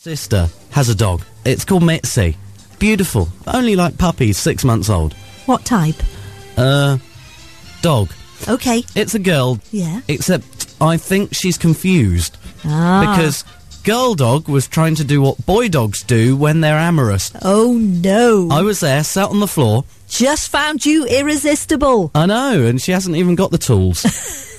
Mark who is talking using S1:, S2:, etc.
S1: sister has a dog. It's called Mitzi. Beautiful. Only like puppies, six months old.
S2: What type?
S1: Uh, dog.
S2: Okay.
S1: It's a girl.
S2: Yeah.
S1: Except I think she's confused.
S2: Ah.
S1: Because girl dog was trying to do what boy dogs do when they're amorous.
S2: Oh no.
S1: I was there, sat on the floor.
S2: Just found you irresistible.
S1: I know, and she hasn't even got the tools.